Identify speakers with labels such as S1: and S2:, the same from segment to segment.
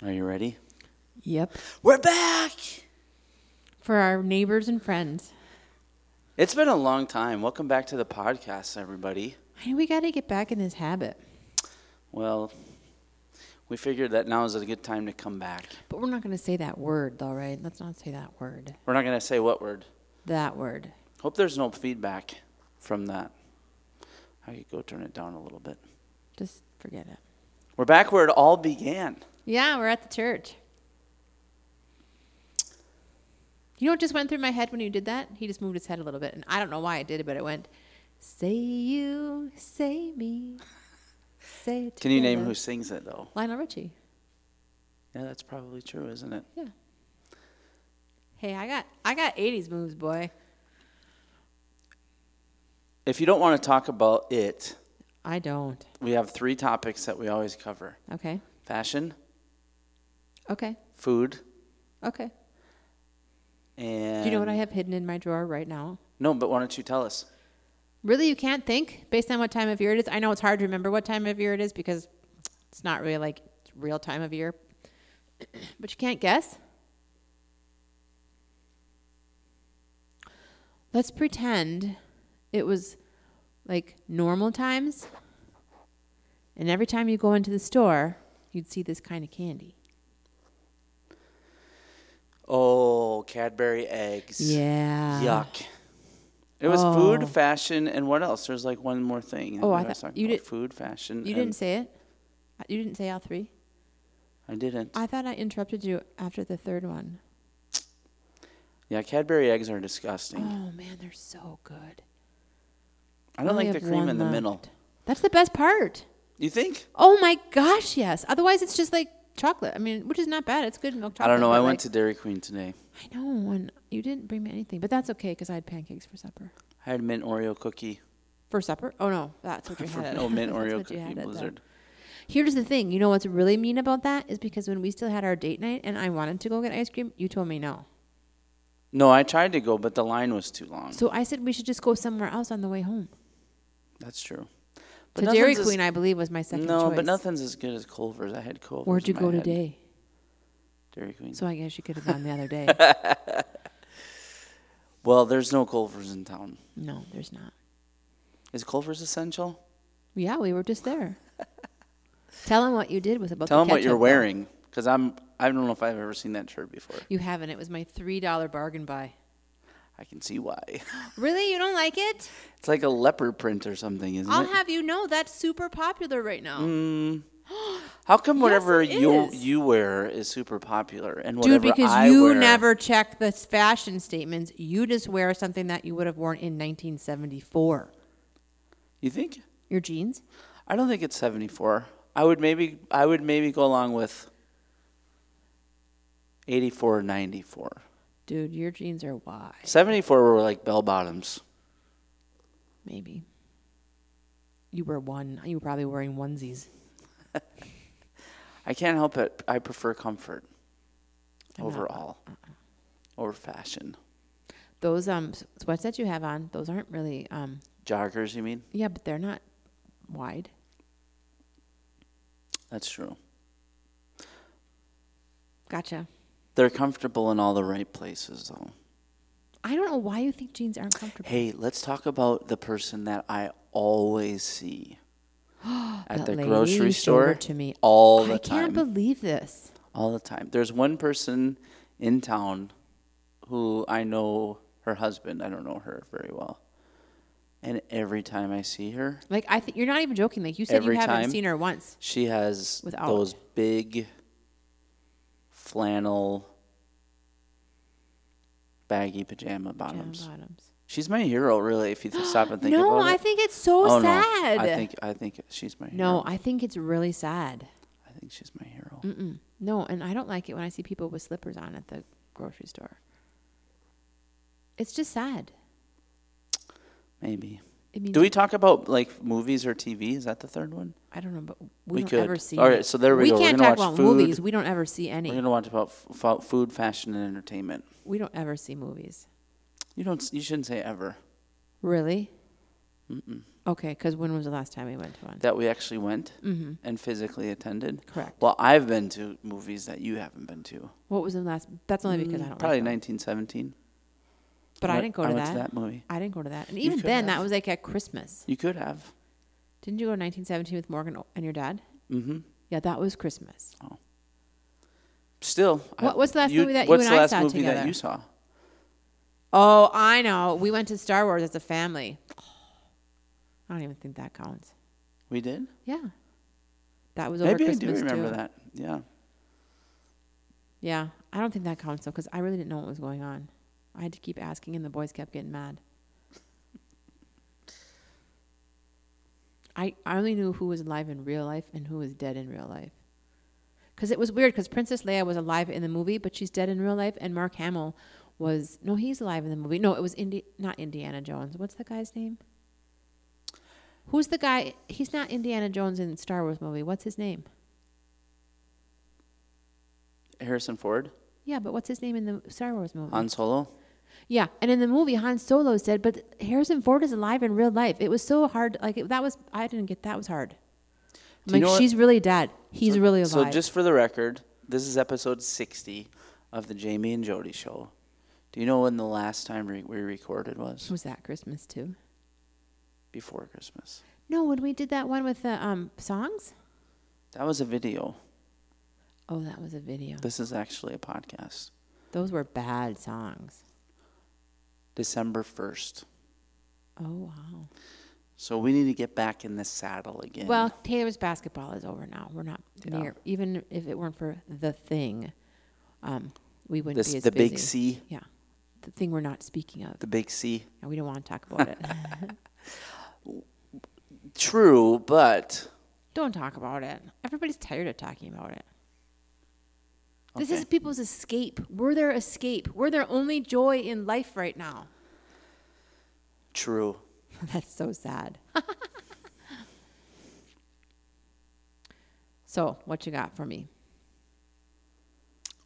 S1: Are you ready?
S2: Yep.
S1: We're back.
S2: For our neighbors and friends.
S1: It's been a long time. Welcome back to the podcast, everybody.
S2: I know we got to get back in this habit,
S1: Well, we figured that now is a good time to come back.
S2: but we're not going to say that word, all right? Let's not say that word.
S1: We're not going to say what word.
S2: That word.
S1: Hope there's no feedback from that. I could go turn it down a little bit.
S2: Just forget it.
S1: We're back where it all began.
S2: Yeah, we're at the church. You know what just went through my head when you did that? He just moved his head a little bit, and I don't know why I did it, but it went, "Say you, say me, say." Together.
S1: Can you name who sings it, though?
S2: Lionel Richie.
S1: Yeah, that's probably true, isn't it?
S2: Yeah. Hey, I got I got '80s moves, boy.
S1: If you don't want to talk about it,
S2: I don't.
S1: we have three topics that we always cover
S2: Okay.
S1: fashion,
S2: Okay.
S1: food,
S2: Okay.
S1: and.
S2: Do you know
S1: Um,
S2: what I have hidden in my drawer right now?
S1: No, but why don't you tell us?
S2: Really, you can't think based on what time of year it is. I know it's hard to remember what time of year it is because it's not really like real time of year, but you can't guess. Let's pretend it was like normal times, and every time you go into the store, you'd see this kind of candy.
S1: Oh, Cadbury eggs.
S2: Yeah.
S1: Yuck. It was food,
S2: Oh.
S1: fashion, and what else? There's like one more thing.
S2: Oh, I
S1: was
S2: thought-
S1: talking
S2: you
S1: about
S2: did-
S1: food, fashion.
S2: You
S1: and-
S2: didn't say it. You didn't say all three.
S1: I didn't.
S2: I thought I interrupted you after the third one.
S1: yeah, Cadbury eggs are disgusting.
S2: Oh man, they're so good.
S1: I don't
S2: only
S1: like the
S2: have
S1: cream
S2: one
S1: in the middle.
S2: left. That's the best part.
S1: You think?
S2: Oh my gosh, yes. Otherwise, it's just like chocolate. I mean, which is not bad. It's good milk
S1: I
S2: chocolate.
S1: don't know.
S2: but,
S1: I went to
S2: like,
S1: Dairy Queen today.
S2: I know, and you didn't bring me anything, but that's okay because I had pancakes for supper.
S1: I had mint Oreo cookie.
S2: For supper? Oh no, that's what you had.
S1: no mint
S2: That's
S1: Oreo
S2: what you
S1: cookie
S2: had at the-
S1: blizzard.
S2: Here's the thing. You know what's really mean about that is because when we still had our date night and I wanted to go get ice cream, you told me no.
S1: No, I tried to go, but the line was too long.
S2: So I said we should just go somewhere else on the way home.
S1: That's true.
S2: To Dairy
S1: nothing's as-
S2: Queen, I believe, was my second
S1: no,
S2: choice.
S1: but nothing's as good as Culver's. I had Culver's.
S2: Where'd
S1: in
S2: you
S1: my
S2: go
S1: head.
S2: today?
S1: Dairy Queen.
S2: So I guess you could have gone the other day.
S1: well, there's no Culver's in town.
S2: no, there's not.
S1: Is Culver's essential?
S2: Yeah, we were just there. Tell him what you did with about.
S1: Tell
S2: the
S1: them what you're
S2: ketchup, though.
S1: wearing, because I'm. I don't know if I've ever seen that shirt before.
S2: You haven't. It was my three dollar bargain buy.
S1: I can see why.
S2: Really, you don't like it?
S1: It's like a leopard print or something, isn't
S2: I'll
S1: it?
S2: have you know that's super popular right now.
S1: Mm. How come whatever
S2: it
S1: you
S2: is.
S1: you wear is super popular and whatever
S2: Dude, because
S1: I
S2: you
S1: wear,
S2: never check the fashion statements. You just wear something that you would have worn in 1974.
S1: You think?
S2: Your jeans?
S1: I don't think it's 74. I would maybe I would maybe go along with 84 94.
S2: Dude, your jeans are wide.
S1: 74 were like bell bottoms.
S2: Maybe. You were one. You were probably wearing onesies.
S1: I can't help it. I prefer comfort
S2: I'm not-
S1: overall over fashion.
S2: Those um s- sweats that you have on, those aren't really um
S1: Joggers, you mean?
S2: yeah, but they're not wide.
S1: That's true.
S2: Gotcha.
S1: They're comfortable in all the right places, though.
S2: I don't know why you think jeans aren't comfortable.
S1: Hey, let's talk about the person that I always see at
S2: That
S1: the
S2: lady
S1: grocery
S2: reached over
S1: store
S2: to me
S1: all the
S2: I
S1: time.
S2: can't believe this.
S1: all the time. There's one person in town who I know her husband. I don't know her very well. And every time I see her,
S2: Like I think you're not even joking. Like you said
S1: Every
S2: you haven't
S1: time.
S2: seen her once.
S1: she has
S2: Without-
S1: those big flannel baggy pajama
S2: Down
S1: bottoms.
S2: bottoms.
S1: She's my hero, really, if you stop and think
S2: no,
S1: about it.
S2: I think it's so
S1: oh,
S2: sad.
S1: No. I think I think she's my hero.
S2: no, I think it's really sad.
S1: I think she's my hero.
S2: Mm-mm. No, and I don't like it when I see people with slippers on at the grocery store. It's just sad.
S1: Maybe.
S2: I mean,
S1: Do we talk about like movies or TV? Is that the third one?
S2: I don't know, but we,
S1: We
S2: don't
S1: could.
S2: ever see.
S1: All right,
S2: it.
S1: so there we go. We're
S2: can't
S1: gonna
S2: talk
S1: watch
S2: about
S1: food.
S2: movies. We don't ever see any.
S1: We're gonna watch about f- f- food, fashion, and entertainment.
S2: we don't ever see movies.
S1: You don't. s- You shouldn't say ever.
S2: Really? Okay, because when was the last time we went to one? Mm-hmm,
S1: that we actually went and physically attended.
S2: Correct.
S1: Well, I've been to movies that you haven't been to. Mm,
S2: What was the last? That's only because I don't.
S1: Probably
S2: like them.
S1: 1917.
S2: But I
S1: went-
S2: didn't go to
S1: I
S2: that.
S1: went to that movie.
S2: I didn't go to that. And even
S1: could
S2: then,
S1: have.
S2: that was like at Christmas.
S1: You could have.
S2: Didn't you go to 1917 with Morgan o- and your dad?
S1: Mm-hmm.
S2: Yeah, that was Christmas.
S1: Still. I-
S2: What- what's the last movie that you
S1: what's
S2: and
S1: the
S2: I
S1: last
S2: saw
S1: movie
S2: together?
S1: that you saw?
S2: Oh, I know. We went to Star Wars as a family. I don't even think that counts.
S1: We did.
S2: Yeah. That was over
S1: Maybe I
S2: Christmas
S1: do remember
S2: too.
S1: that. Yeah.
S2: Yeah, I don't think that counts though, because I really didn't know what was going on. I had to keep asking, and the boys kept getting mad. I I only knew who was alive in real life and who was dead in real life, because it was weird. Because Princess Leia was alive in the movie, but she's dead in real life, and Mark Hamill was no, he's alive in the movie. No, it was Indi- not Indiana Jones. What's the guy's name? Who's the guy? He's not Indiana Jones in the Star Wars movie. What's his name?
S1: Harrison Ford,
S2: Yeah, but what's his name in the Star Wars movie?
S1: Han Solo.
S2: Yeah, and in the movie, Han Solo said, "But Harrison Ford is alive in real life." It was so hard. Like it, that was, I didn't get that was hard. I'm
S1: Do you
S2: like,
S1: know what-
S2: she's really dead. He's
S1: So-
S2: really alive.
S1: So, just for the record, this is episode 60 of the Jamie and Jody show. Do you know when the last time re- we recorded was?
S2: was that Christmas too?
S1: Before Christmas.
S2: No, when we did that one with the um, songs.
S1: That was a video.
S2: Oh, that was a video.
S1: This is actually a podcast.
S2: Those were bad songs.
S1: December 1st.
S2: Oh wow.
S1: So we need to get back in the saddle again.
S2: Well, Taylor's basketball is over now. We're not
S1: Yeah.
S2: near. Even if it weren't for the thing, um, we wouldn't
S1: this
S2: be as
S1: the big
S2: busy.
S1: C,
S2: Yeah, the thing we're not speaking of,
S1: the big C.
S2: and we don't want to talk about it.
S1: True, but
S2: Don't talk about it. Everybody's tired of talking about it. This
S1: Okay.
S2: is people's escape. We're their escape. We're their only joy in life right now.
S1: true.
S2: That's so sad. so, what you got for me?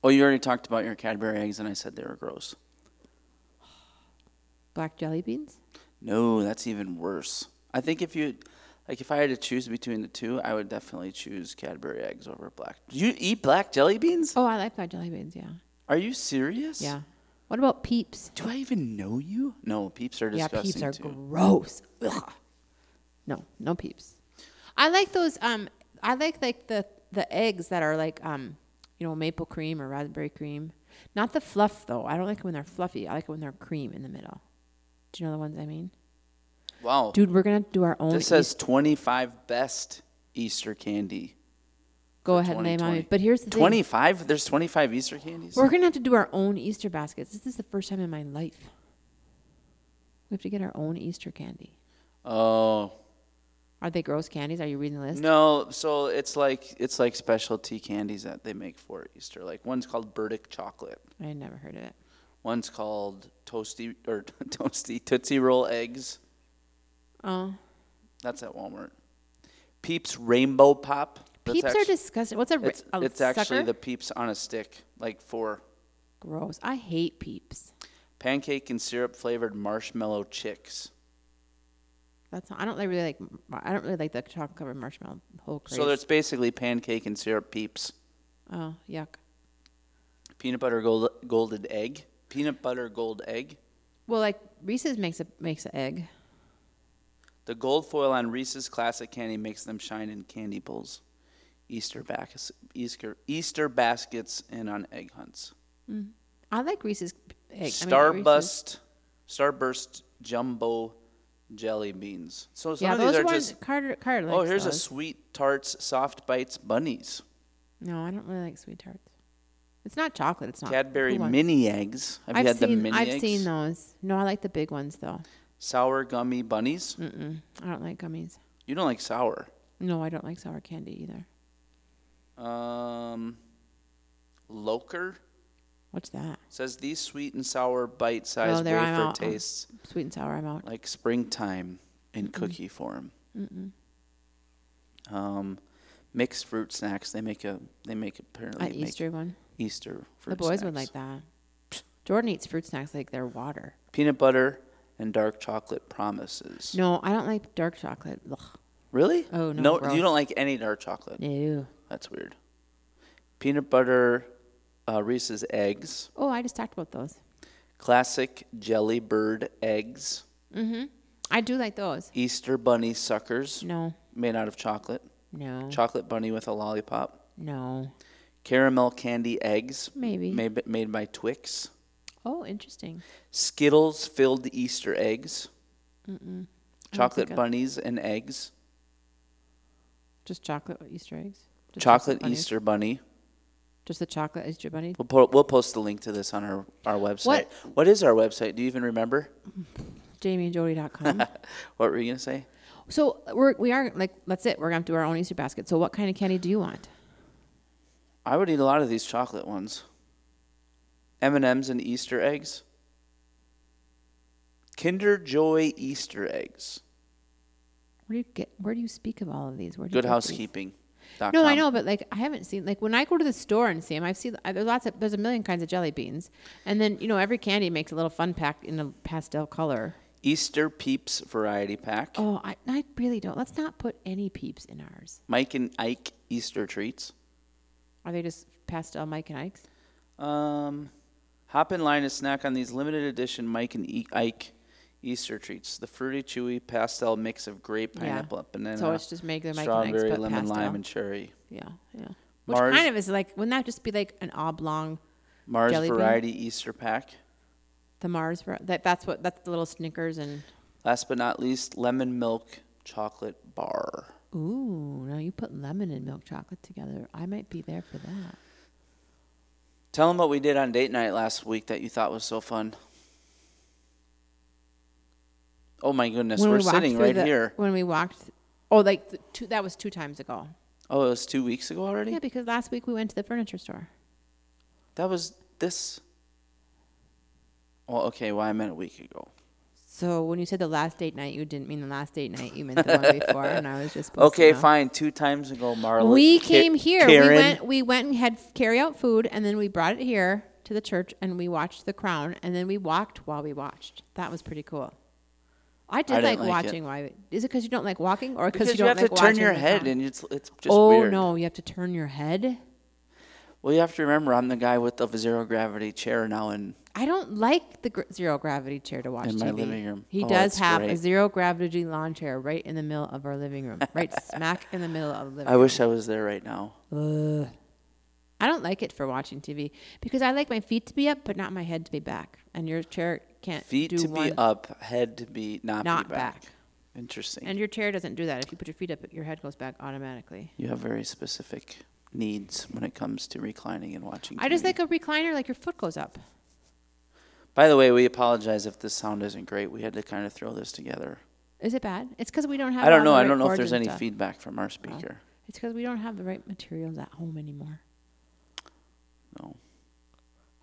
S1: Oh, you already talked about your Cadbury eggs, and I said they were gross.
S2: Black jelly beans?
S1: No, that's even worse. I think if you, like, if I had to choose between the two, I would definitely choose Cadbury eggs over black. Do you eat black jelly beans?
S2: Oh, I like black jelly beans, yeah.
S1: Are you serious?
S2: Yeah. What about peeps?
S1: Do I even know you? No, peeps are
S2: Yeah,
S1: disgusting
S2: peeps are
S1: too.
S2: gross. Ugh. No, no peeps. I like those. Um, I like like the the eggs that are like um, you know, maple cream or raspberry cream. Not the fluff though. I don't like it when they're fluffy. I like it when they're cream in the middle. Do you know the ones I mean?
S1: wow,
S2: Dude, we're gonna do our own.
S1: this says 25 best Easter candy.
S2: Eas- go ahead and name on
S1: 2020.
S2: it. But here's the thing:
S1: 25? There's 25 Easter candies.
S2: we're gonna have to do our own Easter baskets. This is the first time in my life. We have to get our own Easter candy.
S1: Oh
S2: Are they gross candies? Are you reading the list?
S1: no! So it's like it's like specialty candies that they make for Easter. Like one's called Burdick chocolate.
S2: I had never heard of it.
S1: One's called toasty or toasty tootsie roll eggs.
S2: Oh,
S1: That's at Walmart. Peeps Rainbow Pop. That's
S2: Peeps are
S1: actu-
S2: disgusting. What's a ra-
S1: It's,
S2: a
S1: it's actually
S2: sucker?
S1: the peeps on a stick, like four
S2: gross. I hate Peeps.
S1: pancake and syrup flavored marshmallow chicks.
S2: That's not, I don't like- really like. I don't really like the chocolate covered marshmallow whole craze.
S1: So it's basically pancake and syrup peeps.
S2: oh yuck.
S1: Peanut butter gold, golded egg. Peanut butter gold egg.
S2: Well, like Reese's makes a makes an egg.
S1: The gold foil on Reese's classic candy makes them shine in candy bowls, Easter, bas- Easter, Easter baskets, and on egg hunts.
S2: I like Reese's egg. Reese's-
S1: Starburst, Starburst jumbo jelly beans. So some
S2: yeah,
S1: of these
S2: those
S1: are
S2: ones.
S1: just
S2: Carter, Carter likes
S1: oh, here's a
S2: those.
S1: sweet tarts, soft bites bunnies,
S2: No, I don't really like sweet tarts. It's not chocolate. It's not
S1: Cadbury
S2: who wants-
S1: mini eggs. Have
S2: I've
S1: you had
S2: seen.
S1: the mini
S2: I've
S1: eggs?
S2: seen those. No, I like the big ones though.
S1: Sour gummy bunnies.
S2: Mm-mm. I don't like gummies.
S1: You don't like sour.
S2: No, I don't like sour candy either.
S1: Um, Loker
S2: What's that?
S1: says these sweet and sour bite-sized
S2: Oh, there I'm
S1: wafer
S2: out.
S1: tastes
S2: Sweet and sour. I'm out.
S1: like springtime in cookie form. Um, mixed fruit snacks. They make a. They make apparently
S2: An
S1: make
S2: Easter one.
S1: Easter fruit
S2: The boys
S1: snacks.
S2: would like that. Jordan eats fruit snacks like they're water.
S1: peanut butter and dark chocolate promises.
S2: No, I don't like dark chocolate. Ugh.
S1: Really?
S2: Oh, no, gross.
S1: you don't like any dark chocolate.
S2: Ew.
S1: That's weird. Peanut butter, uh, Reese's eggs,
S2: Oh, I just talked about those.
S1: classic jelly bird eggs,
S2: Mm-hmm. I do like those.
S1: Easter bunny suckers
S2: No,
S1: made out of chocolate,
S2: no,
S1: chocolate bunny with a lollipop,
S2: no.
S1: caramel candy eggs
S2: Maybe.
S1: made, made by Twix,
S2: Oh, interesting.
S1: Skittles filled Easter eggs,
S2: Mm-mm. I don't
S1: chocolate
S2: think I-
S1: bunnies and eggs,
S2: Just chocolate Easter eggs. Just
S1: chocolate
S2: bunnies?
S1: Easter bunny.
S2: Just the chocolate Easter bunny.
S1: We'll, po- we'll post the link to this on our, our website.
S2: What-
S1: what is our website? Do you even remember?
S2: JamieandJody.com.
S1: What were you going to say?
S2: so we're we are like that's it. We're gonna do our own Easter basket. So what kind of candy do you want?
S1: I would eat a lot of these chocolate ones. M and M's and Easter eggs. Kinder Joy Easter eggs.
S2: Where do you get? Where do you speak of all of these? Where do you
S1: Good
S2: get these?
S1: housekeeping.
S2: No, I know, but like I haven't seen like when I go to the store and see them, I've seen I- there's lots of there's a million kinds of jelly beans, and then you know every candy makes a little fun pack in a pastel color.
S1: Easter Peeps variety pack.
S2: Oh, I, I really don't. Let's not put any peeps in ours.
S1: Mike and Ike Easter treats.
S2: Are they just pastel Mike and Ike's?
S1: Um, hop in line and snack on these limited edition Mike and E- Ike Easter treats. The fruity, chewy, pastel mix of grape,
S2: Yeah.
S1: pineapple, banana,
S2: so it's just make their Mike and Ike's
S1: strawberry,
S2: but
S1: lemon,
S2: pastel.
S1: lime, and cherry.
S2: yeah, yeah. Which
S1: Mars-
S2: kind of is like wouldn't that just be like an oblong
S1: Mars
S2: Jelly bean.
S1: variety Easter pack.
S2: the Mars var- that that's what that's the little Snickers and
S1: Last but not least, lemon milk chocolate bar.
S2: ooh now you put lemon and milk chocolate together. I might be there for that.
S1: Tell them what we did on date night last week that you thought was so fun. Oh my goodness,
S2: When
S1: we're
S2: we walked
S1: sitting
S2: through
S1: right
S2: the-
S1: here.
S2: When we walked, oh, like th- two, that was two times ago.
S1: Oh, it was two weeks ago already?
S2: Yeah, because last week we went to the furniture store.
S1: That was this. Well, okay, well, I meant a week ago.
S2: So when you said the last date night, you didn't mean the last date night. You meant the one before, and I was just supposed to
S1: Okay,
S2: know.
S1: fine. Two times ago, Marla.
S2: We
S1: Ki-
S2: came here.
S1: Karen,
S2: We went. We went and had carry out food, and then we brought it here to the church, and we watched The Crown, and then we walked while we watched. That was pretty cool. I did
S1: I didn't
S2: like
S1: like it.
S2: watching. Why is it because you don't like walking, or
S1: Because
S2: because
S1: you,
S2: you don't
S1: have
S2: like
S1: to turn
S2: watching
S1: your
S2: The
S1: head,
S2: Crown?
S1: and it's, it's just
S2: oh
S1: weird.
S2: no, you have to turn your head.
S1: Well, you have to remember, I'm the guy with the zero gravity chair now, and
S2: I don't like the gr- zero gravity chair to watch
S1: In my
S2: TV.
S1: living room.
S2: He
S1: Oh,
S2: does
S1: it's
S2: have a
S1: great.
S2: zero gravity lawn chair right in the middle of our living room, right smack in the middle of the living
S1: I wish I was there right now.
S2: room. Ugh. I don't like it for watching TV because I like my feet to be up, but not my head to be back. And your chair can't
S1: Feet
S2: do
S1: to
S2: one,
S1: be up, head to be not,
S2: not
S1: be back.
S2: back.
S1: Interesting.
S2: And your chair doesn't do that. If you put your feet up, your head goes back automatically.
S1: you have very specific needs when it comes to reclining and watching.
S2: I just
S1: TV.
S2: like a recliner, like your foot goes up.
S1: By the way, we apologize if this sound isn't great. We had to kind of throw this together.
S2: Is it bad? It's because we don't have.
S1: I don't
S2: all
S1: know.
S2: the
S1: I
S2: right
S1: don't know if
S2: cords
S1: there's
S2: and
S1: any
S2: stuff.
S1: feedback from our speaker.
S2: It's because we don't have the right materials at home anymore.
S1: No.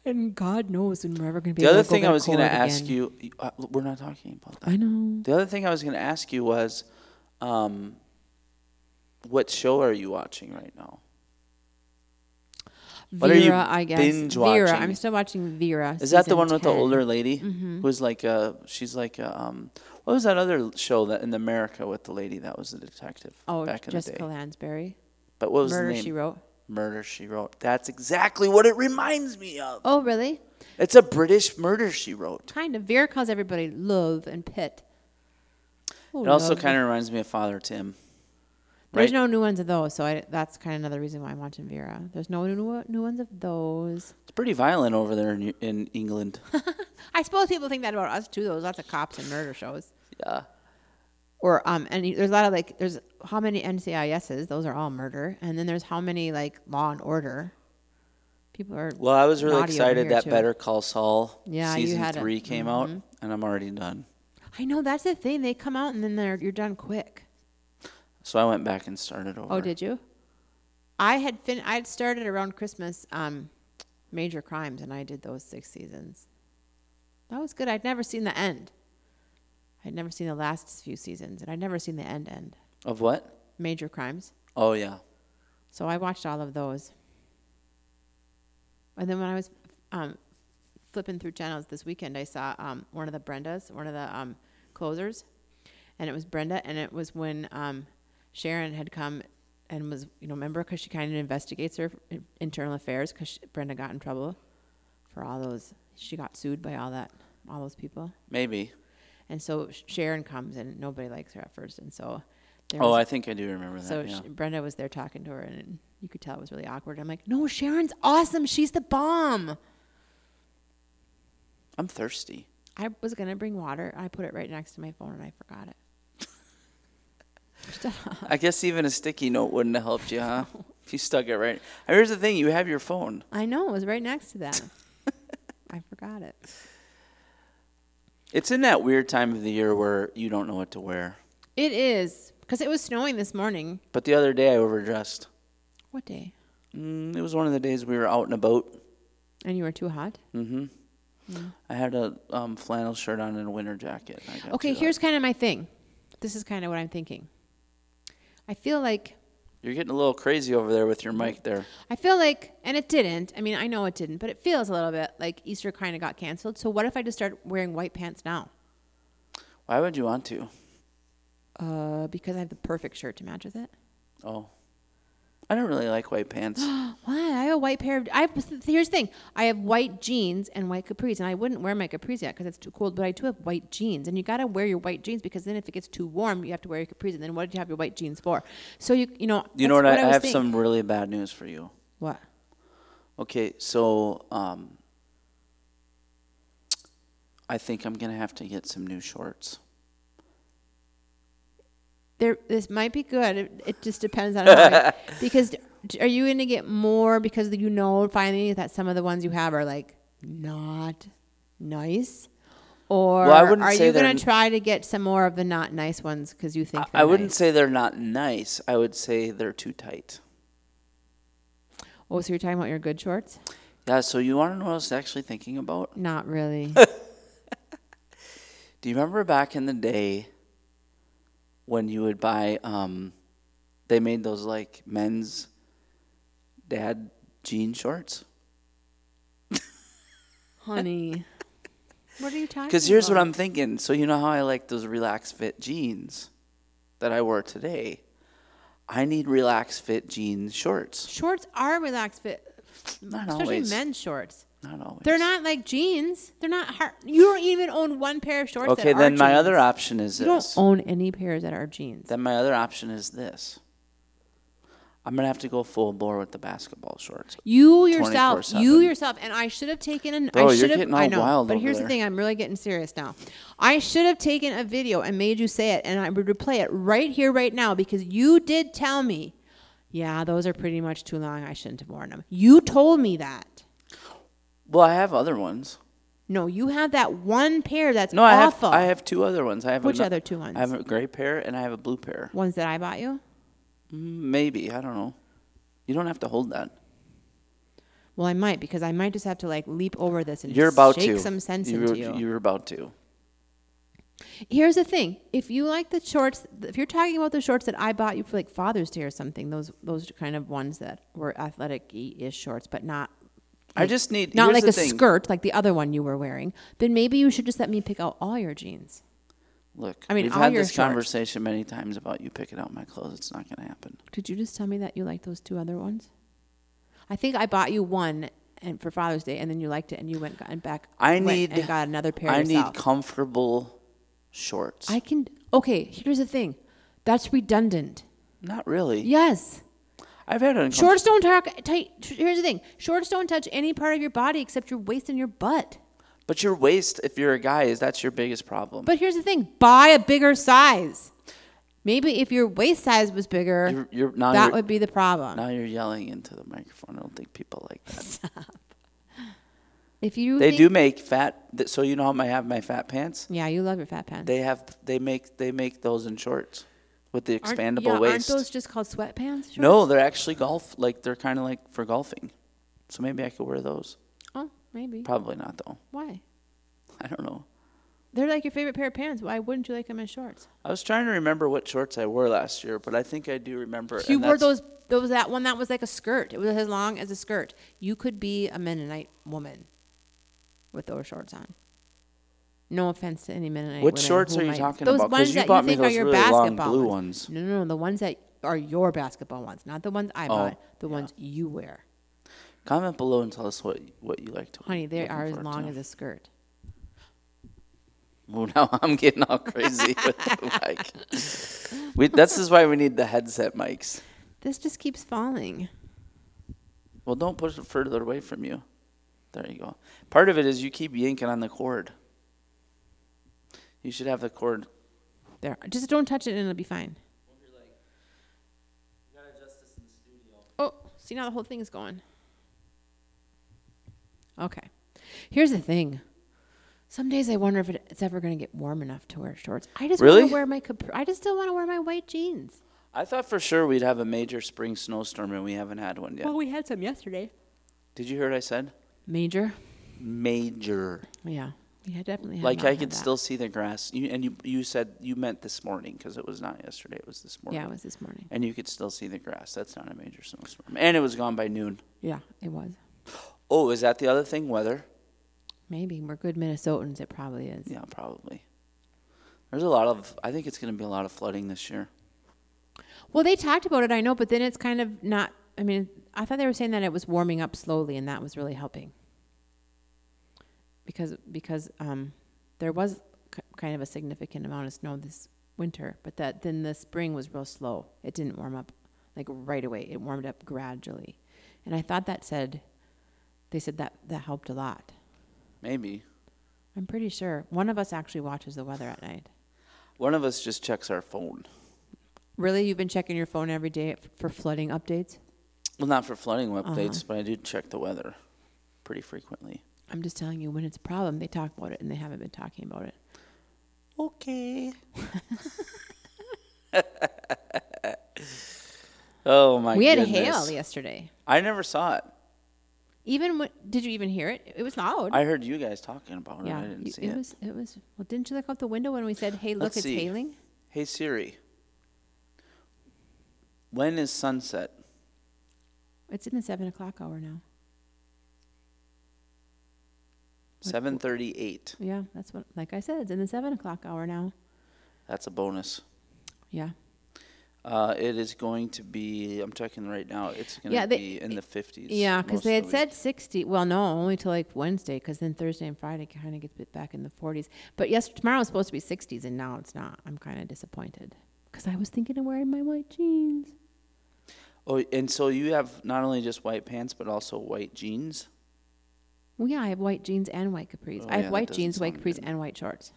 S2: And God knows when we're ever going to be.
S1: The
S2: able
S1: other
S2: to go
S1: thing
S2: get
S1: I
S2: a
S1: was going to
S2: cord
S1: ask
S2: again.
S1: you, you- uh, we're not talking about that.
S2: I know.
S1: The other thing I was going to ask you was, um, what show are you watching right now? What are you
S2: Vera, I guess.
S1: binge
S2: Vera,
S1: watching?
S2: I'm still watching Vera.
S1: Is that the
S2: season Mm-hmm.
S1: one with the
S2: 10.
S1: older lady who's like a she's like a, um what was that other show that in America with the lady that was the detective
S2: Oh,
S1: back in
S2: Jessica
S1: the day?
S2: Lansbury.
S1: But what was
S2: Murder
S1: the name?
S2: She Wrote.
S1: Murder She Wrote. That's exactly what it reminds me of.
S2: Oh, really?
S1: It's a British Murder She Wrote.
S2: Kind of. Vera calls everybody love and pit. Oh,
S1: It also
S2: love.
S1: kind of reminds me of Father Tim.
S2: There's
S1: right?
S2: no new ones of those, so I, that's kind of another reason why I'm watching Vera. There's no new, new ones of those.
S1: It's pretty violent over there in, in England.
S2: I suppose people think that about us too. Though there's lots of cops and murder shows.
S1: yeah.
S2: or um and you- there's a lot of like there's how many NCISs those are all murder and then there's how many like Law and Order. People are
S1: Well, I was really
S2: Naughty over
S1: excited
S2: here,
S1: that
S2: too.
S1: Better Call Saul
S2: Yeah, you
S1: season
S2: had it. Mm-hmm.
S1: three came out, and I'm already done.
S2: I know that's the thing they come out and then they're you're done quick.
S1: So I went back and started over.
S2: Oh, did you? I had fin I had started around Christmas um Major Crimes and I did those six seasons. That was good. I'd never seen the end. I'd never seen the last few seasons and I'd never seen the end end.
S1: of what?
S2: Major Crimes.
S1: Oh yeah.
S2: So I watched all of those. And then when I was um, flipping through channels this weekend, I saw um, one of the Brendas, one of the um, closers, and it was Brenda, and it was when um, Sharon had come and was, you know, remember because she kind of investigates her in- internal affairs because Brenda got in trouble for all those. She got sued by all that, all those people,
S1: Maybe.
S2: and so Sharon comes and nobody likes her at first, and so. there
S1: Oh,
S2: was-
S1: I think I do remember that.
S2: so
S1: yeah.
S2: sh Brenda was there talking to her, and you could tell it was really awkward. I'm like, no, Sharon's awesome. She's the bomb.
S1: I'm thirsty.
S2: I was gonna bring water. I put it right next to my phone, and I forgot it. Uh-huh.
S1: I guess even a sticky note wouldn't have helped you, huh? If you stuck it right. Here's the thing: you have your phone.
S2: I know it was right next to that. I forgot it.
S1: It's in that weird time of the year where you don't know what to wear.
S2: It is because it was snowing this morning.
S1: But the other day I overdressed.
S2: What day?
S1: Mm, it was one of the days we were out and about.
S2: And you were too hot.
S1: Mm-hmm. I had a um, flannel shirt on and a winter jacket. I got
S2: Okay,
S1: too hot.
S2: here's kind of my thing. This is kind of what I'm thinking. I feel like
S1: You're getting a little crazy over there with your mic there.
S2: I feel like, and it didn't. I mean, I know it didn't, but it feels a little bit like Easter kind of got canceled. So what if I just start wearing white pants now?
S1: Why would you want to?
S2: Uh, because I have the perfect shirt to match with it.
S1: Oh, I don't really like white pants.
S2: Why? I have a white pair of. I have, here's the thing. I have white jeans and white capris, and I wouldn't wear my capris yet because it's too cold. But I do have white jeans, and you gotta wear your white jeans because then if it gets too warm, you have to wear your capris, and then what did you have your white jeans for? So you you know.
S1: you know what?
S2: that's
S1: I, I
S2: was
S1: have
S2: thinking.
S1: some really bad news for you.
S2: What?
S1: Okay, so um, I think I'm gonna have to get some new shorts.
S2: There. This might be good. It, it just depends on how I, because d- are you gonna get more because you know finally that some of the ones you have are like not nice. Or
S1: Well, I wouldn't
S2: are
S1: say
S2: you
S1: they're
S2: going
S1: n-
S2: to try to get some more of the not nice ones because you think
S1: I, I
S2: they're
S1: wouldn't
S2: nice?
S1: say they're not nice. I would say they're too tight.
S2: Oh, so you're talking about your good shorts?
S1: Yeah. So you want to know what I was actually thinking about?
S2: Not really.
S1: Do you remember back in the day when you would buy? Um, they made those like men's dad jean shorts.
S2: Honey. What are you talking about?
S1: Because here's what I'm thinking. So you know how I like those relaxed fit jeans that I wore today. I need relaxed fit jean shorts.
S2: Shorts are relaxed fit.
S1: Not
S2: especially
S1: always.
S2: men's shorts.
S1: Not always.
S2: They're not like jeans. They're not hard. You don't even own one pair of shorts.
S1: Okay,
S2: that
S1: then
S2: are
S1: my
S2: jeans.
S1: other option is
S2: You don't
S1: this.
S2: own any pairs that are jeans.
S1: Then my other option is this. I'm gonna have to go full bore with the basketball shorts.
S2: You yourself,
S1: 24/7.
S2: you yourself, and I should have taken an.
S1: Bro,
S2: I
S1: you're
S2: should have.
S1: getting
S2: I
S1: all
S2: know,
S1: wild
S2: but
S1: over
S2: here's the
S1: there.
S2: thing: I'm really getting serious now. I should have taken a video and made you say it, and I would replay it right here, right now, because you did tell me, yeah, those are pretty much too long. I shouldn't have worn them. You told me that.
S1: Well, I have other ones.
S2: No, you have that one pair that's
S1: No, I have
S2: awful.
S1: I have two other ones. I have
S2: Which
S1: ano-
S2: other two ones?
S1: I have a gray pair and I have a blue pair.
S2: Ones that I bought you.
S1: Mm, Maybe I don't know. You don't have to hold that.
S2: Well, I might because I might just have to like leap over this and
S1: You're about
S2: shake
S1: to.
S2: some sense
S1: you
S2: into you.
S1: You're about to.
S2: Here's the thing: if you like the shorts, if you're talking about the shorts that I bought you for like Father's Day or something, those those kind of ones that were athletic-ish shorts, but not
S1: I just need
S2: not
S1: here's
S2: like
S1: the
S2: a
S1: thing.
S2: skirt like the other one you were wearing, then maybe you should just let me pick out all your jeans.
S1: Look,
S2: I mean,
S1: we've
S2: all
S1: had
S2: your
S1: this
S2: shorts.
S1: conversation many times about you picking out my clothes. It's not going to happen.
S2: Did you just tell me that you like those two other ones? I think I bought you one and for Father's Day, and then you liked it, and you went got- and back.
S1: I
S2: went
S1: need
S2: and got another pair.
S1: I need
S2: yourself.
S1: comfortable shorts.
S2: I can. Okay, here's the thing. That's redundant.
S1: not really.
S2: Yes.
S1: I've had uncomfortable.
S2: Shorts don't talk tight. Here's the thing. Shorts don't touch any part of your body except your waist and your butt.
S1: But your waist, if you're a guy, is that's your biggest problem.
S2: But here's the thing. Buy a bigger size. Maybe if your waist size was bigger,
S1: You're- you're- now
S2: that
S1: you're-
S2: would be the problem.
S1: now you're yelling into the microphone. I don't think people like that.
S2: if you
S1: they
S2: think-
S1: do make fat. th- So you know how I have my fat pants.
S2: Yeah, you love your fat pants.
S1: They have. They make. They make those in shorts with the
S2: Aren't-
S1: expandable
S2: yeah,
S1: waist.
S2: Aren't those just called sweatpants? Shorts?
S1: no, they're actually golf. Like they're kind of like for golfing. So maybe I could wear those.
S2: Oh, maybe.
S1: Probably not though.
S2: Why?
S1: I don't know.
S2: They're like your favorite pair of pants. Why wouldn't you like them as shorts?
S1: I was trying to remember what shorts I wore last year, but I think I do remember.
S2: you
S1: and
S2: wore
S1: that's-
S2: those. There was that one that was like a skirt. It was as long as a skirt. You could be a Mennonite woman. with those shorts on. No offense to any men. and
S1: What
S2: women
S1: shorts
S2: who
S1: are you
S2: might-
S1: talking
S2: those
S1: about?
S2: ones
S1: Because you
S2: that
S1: bought me
S2: think are
S1: those
S2: your
S1: really long
S2: basketball
S1: blue ones.
S2: ones.
S1: Oh.
S2: No, no, no. The ones that are your basketball ones, not the ones I bought. The ones you wear,
S1: Comment below and tell us what what you like to.
S2: honey. They
S1: looking
S2: are as
S1: forward
S2: long
S1: to.
S2: as a skirt.
S1: Well, now I'm getting all crazy with the mic. We, this is why we need the headset mics.
S2: This just keeps falling.
S1: Well, don't push it further away from you. There you go. Part of it is you keep yanking on the cord. You should have the cord.
S2: There, just don't touch it, and it'll be fine. Oh, see now the whole thing is going. Okay, here's the thing. Some days I wonder if it- it's ever going to get warm enough to wear shorts. I just want
S1: Really?
S2: to wear my capri- I just still want to wear my white jeans.
S1: I thought for sure we'd have a major spring snowstorm, and we haven't had one yet.
S2: we had some yesterday.
S1: Did you hear what I said?
S2: Major.
S1: Major.
S2: Yeah. Yeah, definitely. have
S1: Like
S2: not
S1: I
S2: had
S1: could
S2: that.
S1: still see the grass. You, and you you said you meant this morning because it was not yesterday. It was this morning.
S2: Yeah, it was this morning.
S1: And you could still see the grass. That's not a major snowstorm. And it was gone by noon.
S2: Yeah, it was.
S1: Oh, is that the other thing? Weather?
S2: Maybe we're good Minnesotans. It probably is.
S1: Yeah, probably. There's a lot of. I think it's going to be a lot of flooding this year.
S2: Well, they talked about it, I know, but then it's kind of not. I mean, I thought they were saying that it was warming up slowly, and that was really helping. Because because um, there was k- kind of a significant amount of snow this winter, but that then the spring was real slow. It didn't warm up like right away. It warmed up gradually, and I thought that said, they said that that helped a lot.
S1: Maybe
S2: I'm pretty sure one of us actually watches the weather at night.
S1: one of us just checks our phone.
S2: Really, you've been checking your phone every day f- for flooding updates?
S1: Well, not for flooding updates,
S2: Uh-huh.
S1: but I do check the weather pretty frequently.
S2: I'm just telling you, when it's a problem, they talk about it and they haven't been talking about it.
S1: Okay. oh my!
S2: we had
S1: goodness.
S2: a hail yesterday.
S1: I never saw it.
S2: Even when, did you even hear it? It was loud.
S1: I heard you guys talking about it. I didn't
S2: you-
S1: see
S2: it,
S1: it.
S2: was. It was. Well, didn't you look out the window when we said, "Hey, look,
S1: Let's
S2: it's
S1: see.
S2: hailing"?
S1: Hey Siri. When is sunset?
S2: It's in the seven o'clock hour now.
S1: Seven thirty-eight.
S2: Yeah, that's what. Like I said, it's in the seven o'clock hour now.
S1: That's a bonus.
S2: Yeah.
S1: Uh, it is going to be. I'm checking right now. It's going to
S2: Yeah, they-
S1: be in the 50s.
S2: Yeah, because
S1: most
S2: they
S1: of
S2: had
S1: the
S2: said 60. Well, no, only till like Wednesday, because then Thursday and Friday kind of gets bit back in the 40s. But yes, tomorrow was supposed to be 60s, and now it's not. I'm kind of disappointed because I was thinking of wearing my white jeans.
S1: week. Oh, and so you have not only just white pants, but also white jeans.
S2: Well, yeah, I have white jeans and white capris.
S1: Oh,
S2: I
S1: yeah,
S2: have
S1: that
S2: white
S1: doesn't
S2: jeans, white
S1: sound
S2: capris, and white shorts.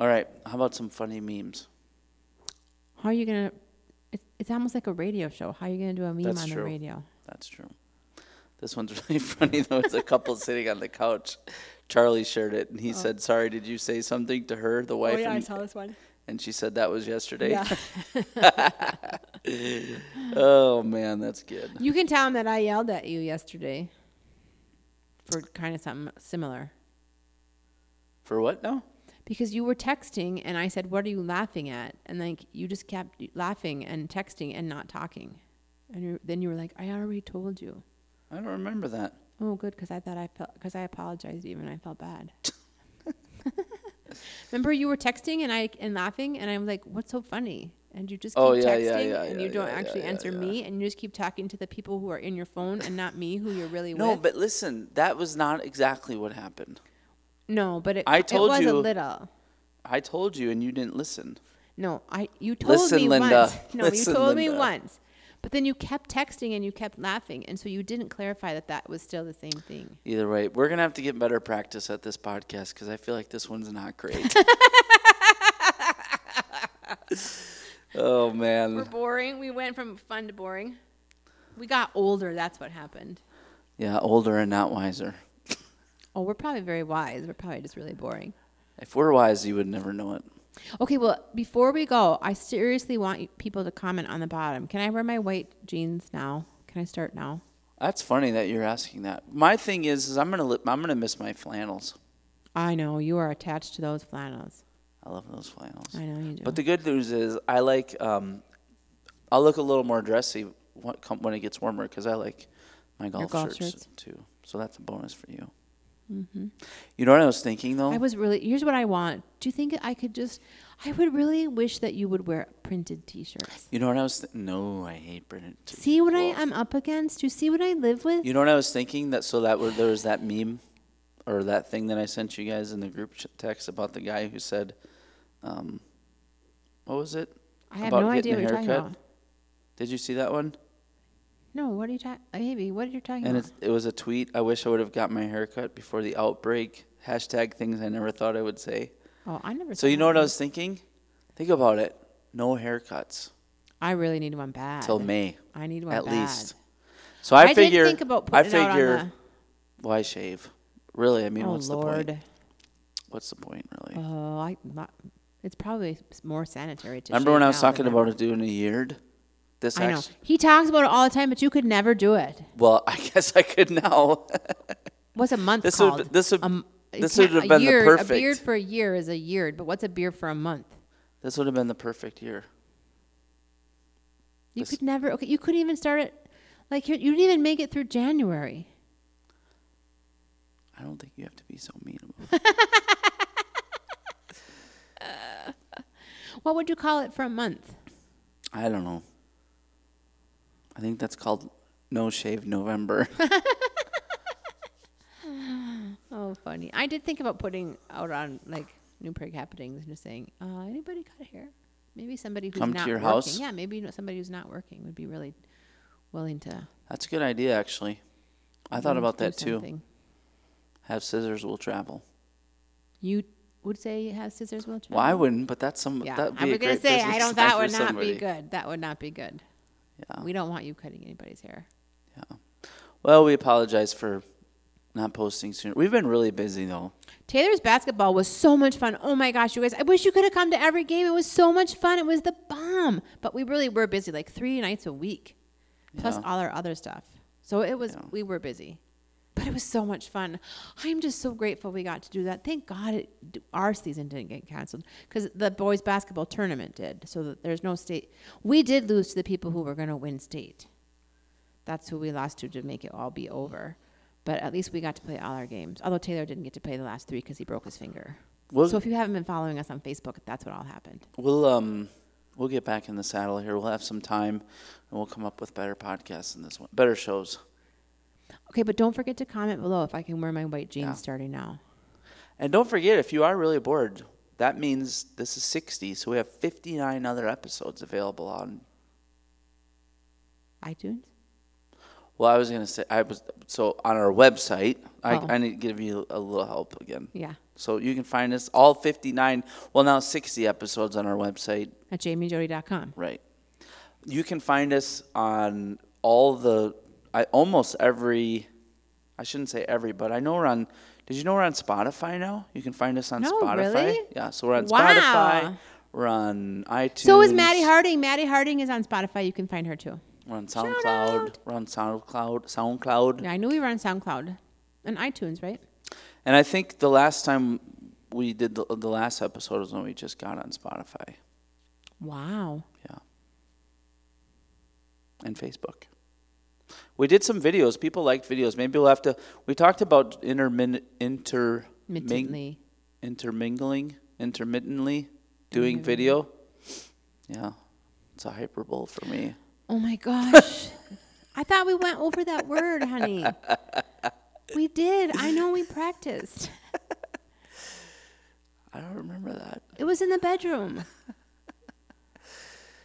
S1: All right. How about some funny memes?
S2: How are you gonna? It's, it's almost like a radio show. How are you gonna do a meme
S1: That's
S2: on the
S1: true.
S2: radio?
S1: That's true. This one's really funny though. It's a couple sitting on the couch. Charlie shared it, and
S2: Oh.
S1: he said, "Sorry, did you say something to her, the wife?" and,
S2: this one.
S1: and she said that was yesterday.
S2: Yeah.
S1: oh man, that's good.
S2: You can tell him that I yelled at you yesterday for kind of something similar
S1: For what now?
S2: because you were texting and I said, "What are you laughing at?" And like you just kept laughing and texting and not talking, and you then you were like, "I already told you."
S1: I don't remember that.
S2: Oh, good, because I thought I felt because I apologized even I felt bad. Remember, you were texting and I and laughing, and I'm like, "What's so funny?" And you just keep
S1: Oh, yeah,
S2: texting,
S1: yeah, yeah,
S2: and
S1: yeah,
S2: you don't
S1: yeah,
S2: actually
S1: yeah,
S2: answer
S1: yeah,
S2: me, and you just keep talking to the people who are in your phone and not me, who you're really
S1: No,
S2: with.
S1: but listen, that was not exactly what happened.
S2: no, but it,
S1: I
S2: it
S1: told
S2: was
S1: you-
S2: a little.
S1: I told you, and you didn't listen.
S2: No, I you told
S1: Listen,
S2: me
S1: Linda.
S2: once. No,
S1: Listen,
S2: you told me
S1: Linda.
S2: once, but then you kept texting and you kept laughing, and so you didn't clarify that that was still the same thing.
S1: Either way, we're gonna have to get better practice at this podcast because I feel like this one's not great. oh
S2: We're
S1: man,
S2: boring. We went from fun to boring. We got older. That's what happened.
S1: yeah, older and not wiser.
S2: Oh, we're probably very wise. We're probably just really boring.
S1: If we're wise, you would never know it.
S2: Okay, well, before we go, I seriously want you- people to comment on the bottom. Can I wear my white jeans now? Can I start now?
S1: That's funny that you're asking that. My thing is, is I'm gonna li- I'm gonna miss my flannels.
S2: I know you are attached to those flannels.
S1: I love those flannels.
S2: I know you do.
S1: But the good news is, I like. Um, I'll look a little more dressy when come- when it gets warmer because I like my golf,
S2: golf
S1: shirts
S2: shirts?
S1: too. So that's a bonus for you.
S2: hmm
S1: You know what I was thinking though?
S2: I was really. Here's what I want. Do you think I could just? I would really wish that you would wear printed T-shirts.
S1: you know what I was? Th- no, I hate Brennan. T-
S2: See what I
S1: Wolf.
S2: am up against. Do you see what I live with?
S1: You know what I was thinking? That so that were, there was that meme or that thing that I sent you guys in the group ch- text about the guy who said, um, "What was it?"
S2: I have
S1: about
S2: no idea
S1: getting
S2: what
S1: a
S2: you're talking
S1: haircut?
S2: about.
S1: Did you see that one?
S2: No, what are you talking? Baby, what are you talking
S1: And
S2: about?
S1: it, it was a tweet. I wish I would have got my haircut before the outbreak. Hashtag things I never thought I would say.
S2: Oh, I never.
S1: So you
S2: thought
S1: know what I
S2: about
S1: was thinking? Think about it. No haircuts
S2: it. I really need one bad.
S1: till May
S2: I need one
S1: at
S2: bad.
S1: least. So I,
S2: did
S1: figure.
S2: think about
S1: I
S2: putting it out on
S1: figure.
S2: the-
S1: Why shave? Really? I mean,
S2: oh
S1: what's the
S2: Lord.
S1: point? What's the point, really?
S2: Oh, I. My, it's probably s- more sanitary to.
S1: Remember
S2: shave
S1: when I was
S2: now than
S1: talking
S2: that.
S1: about it doing a yeard? This
S2: I know
S1: actually,
S2: he talks about it all the time, but you could never do it.
S1: well, I guess I could now.
S2: What's a month
S1: This would-
S2: called?
S1: this would-
S2: A m- it
S1: this
S2: can't-
S1: would have
S2: a
S1: been the
S2: year- A
S1: perfect.
S2: beard for a year is a year, but what's a beard for a month?
S1: this would have been the perfect year.
S2: You
S1: This-
S2: could never. Okay, you couldn't even start it. Like you you didn't even make it through January.
S1: I don't think you have to be so mean about it.
S2: What would you call it for a month?
S1: I don't know. I think that's called No Shave November.
S2: Oh, funny. I did think about putting out on like new Prague happenings and just saying, uh, anybody got hair? Maybe somebody who's
S1: Come to
S2: not
S1: your
S2: working.
S1: house?
S2: Yeah, maybe you know, somebody who's not working would be really willing to.
S1: that's a good idea, actually. I thought
S2: willing to
S1: about
S2: do
S1: that too.
S2: something.
S1: Have scissors will travel.
S2: You would say you have scissors, will
S1: Well, I wouldn't, but that's some.
S2: Yeah,
S1: That'd be
S2: I was
S1: a
S2: gonna
S1: great
S2: say
S1: business
S2: I don't.
S1: idea
S2: That
S1: for
S2: would not
S1: somebody.
S2: be good. That would not be good.
S1: Yeah.
S2: We don't want you cutting anybody's hair.
S1: Well, we apologize for not posting sooner. We've been really busy though.
S2: Taylor's basketball was so much fun. Oh my gosh, you guys! I wish you could have come to every game. It was so much fun. It was the bomb. But we really were busy, like three nights a week, plus
S1: Yeah.
S2: all our other stuff. So it was
S1: Yeah.
S2: we were busy, but it was so much fun. I'm just so grateful we got to do that. Thank God it, our season didn't get canceled because the boys basketball tournament did. So that there's no state. We did lose to the people who were going to win state. That's who we lost to to make it all be over. But at least we got to play all our games. Although Taylor didn't get to play the last three because he broke his finger.
S1: We'll,
S2: so if you haven't been following us on Facebook, that's what all happened.
S1: we'll um we'll get back in the saddle here. We'll have some time, and we'll come up with better podcasts in this one, better shows.
S2: Okay, but don't forget to comment below if I can wear my white jeans
S1: Yeah.
S2: starting now.
S1: And don't forget, if you are really bored, that means this is sixty, so we have fifty nine other episodes available on.
S2: iTunes?
S1: Well, I was gonna say I was so on our website. I,
S2: Oh.
S1: I need to give you a little help again.
S2: Yeah.
S1: So you can find us all fifty nine. Well, now sixty episodes on our website.
S2: At jamiejody.com.
S1: Right. You can find us on all the, I almost every, I shouldn't say every, but I know we're on. Did you know we're on Spotify now? You can find us on
S2: No,
S1: Spotify.
S2: really?
S1: Yeah, so we're on
S2: Wow.
S1: Spotify. We're on iTunes.
S2: So is Maddie Harding. Maddie Harding is on Spotify. You can find her too.
S1: We're on
S2: Shout
S1: SoundCloud.
S2: out.
S1: We're on SoundCloud. SoundCloud.
S2: Yeah, I knew we were on SoundCloud and iTunes, right?
S1: And I think the last time we did the, the last episode was when we just got on Spotify.
S2: Wow.
S1: Yeah. And Facebook. We did some videos. People liked videos. Maybe we'll have to. We talked about intermin, inter, ming,
S2: Mittently.
S1: intermingling, intermittently doing video. Yeah. It's a hyperbole for me.
S2: Oh my gosh. I thought we went over that word, honey. We did. I know we practiced.
S1: I don't remember that.
S2: It was in the bedroom.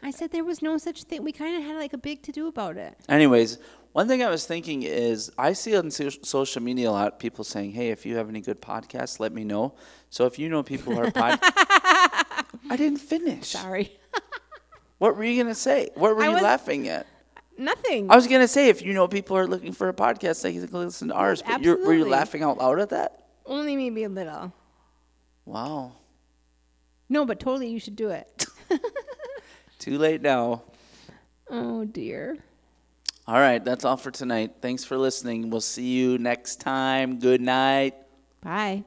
S2: I said there was no such thing. We kind of had like a big to do about it.
S1: Anyways, one thing I was thinking is I see on so- social media a lot of people saying, "Hey, if you have any good podcasts, let me know." So if you know people who are pod, I didn't finish.
S2: Sorry.
S1: What were you gonna say? What were
S2: I
S1: you
S2: was-
S1: laughing at?
S2: Nothing.
S1: I was gonna say if you know people are looking for a podcast, they can listen to ours. But you're, were you
S2: absolutely.
S1: laughing out loud at that?
S2: Only maybe a little.
S1: Wow,
S2: No, but totally you should do it.
S1: too late now.
S2: oh dear.
S1: All right, that's all for tonight. Thanks for listening. We'll see you next time. Good night.
S2: Bye.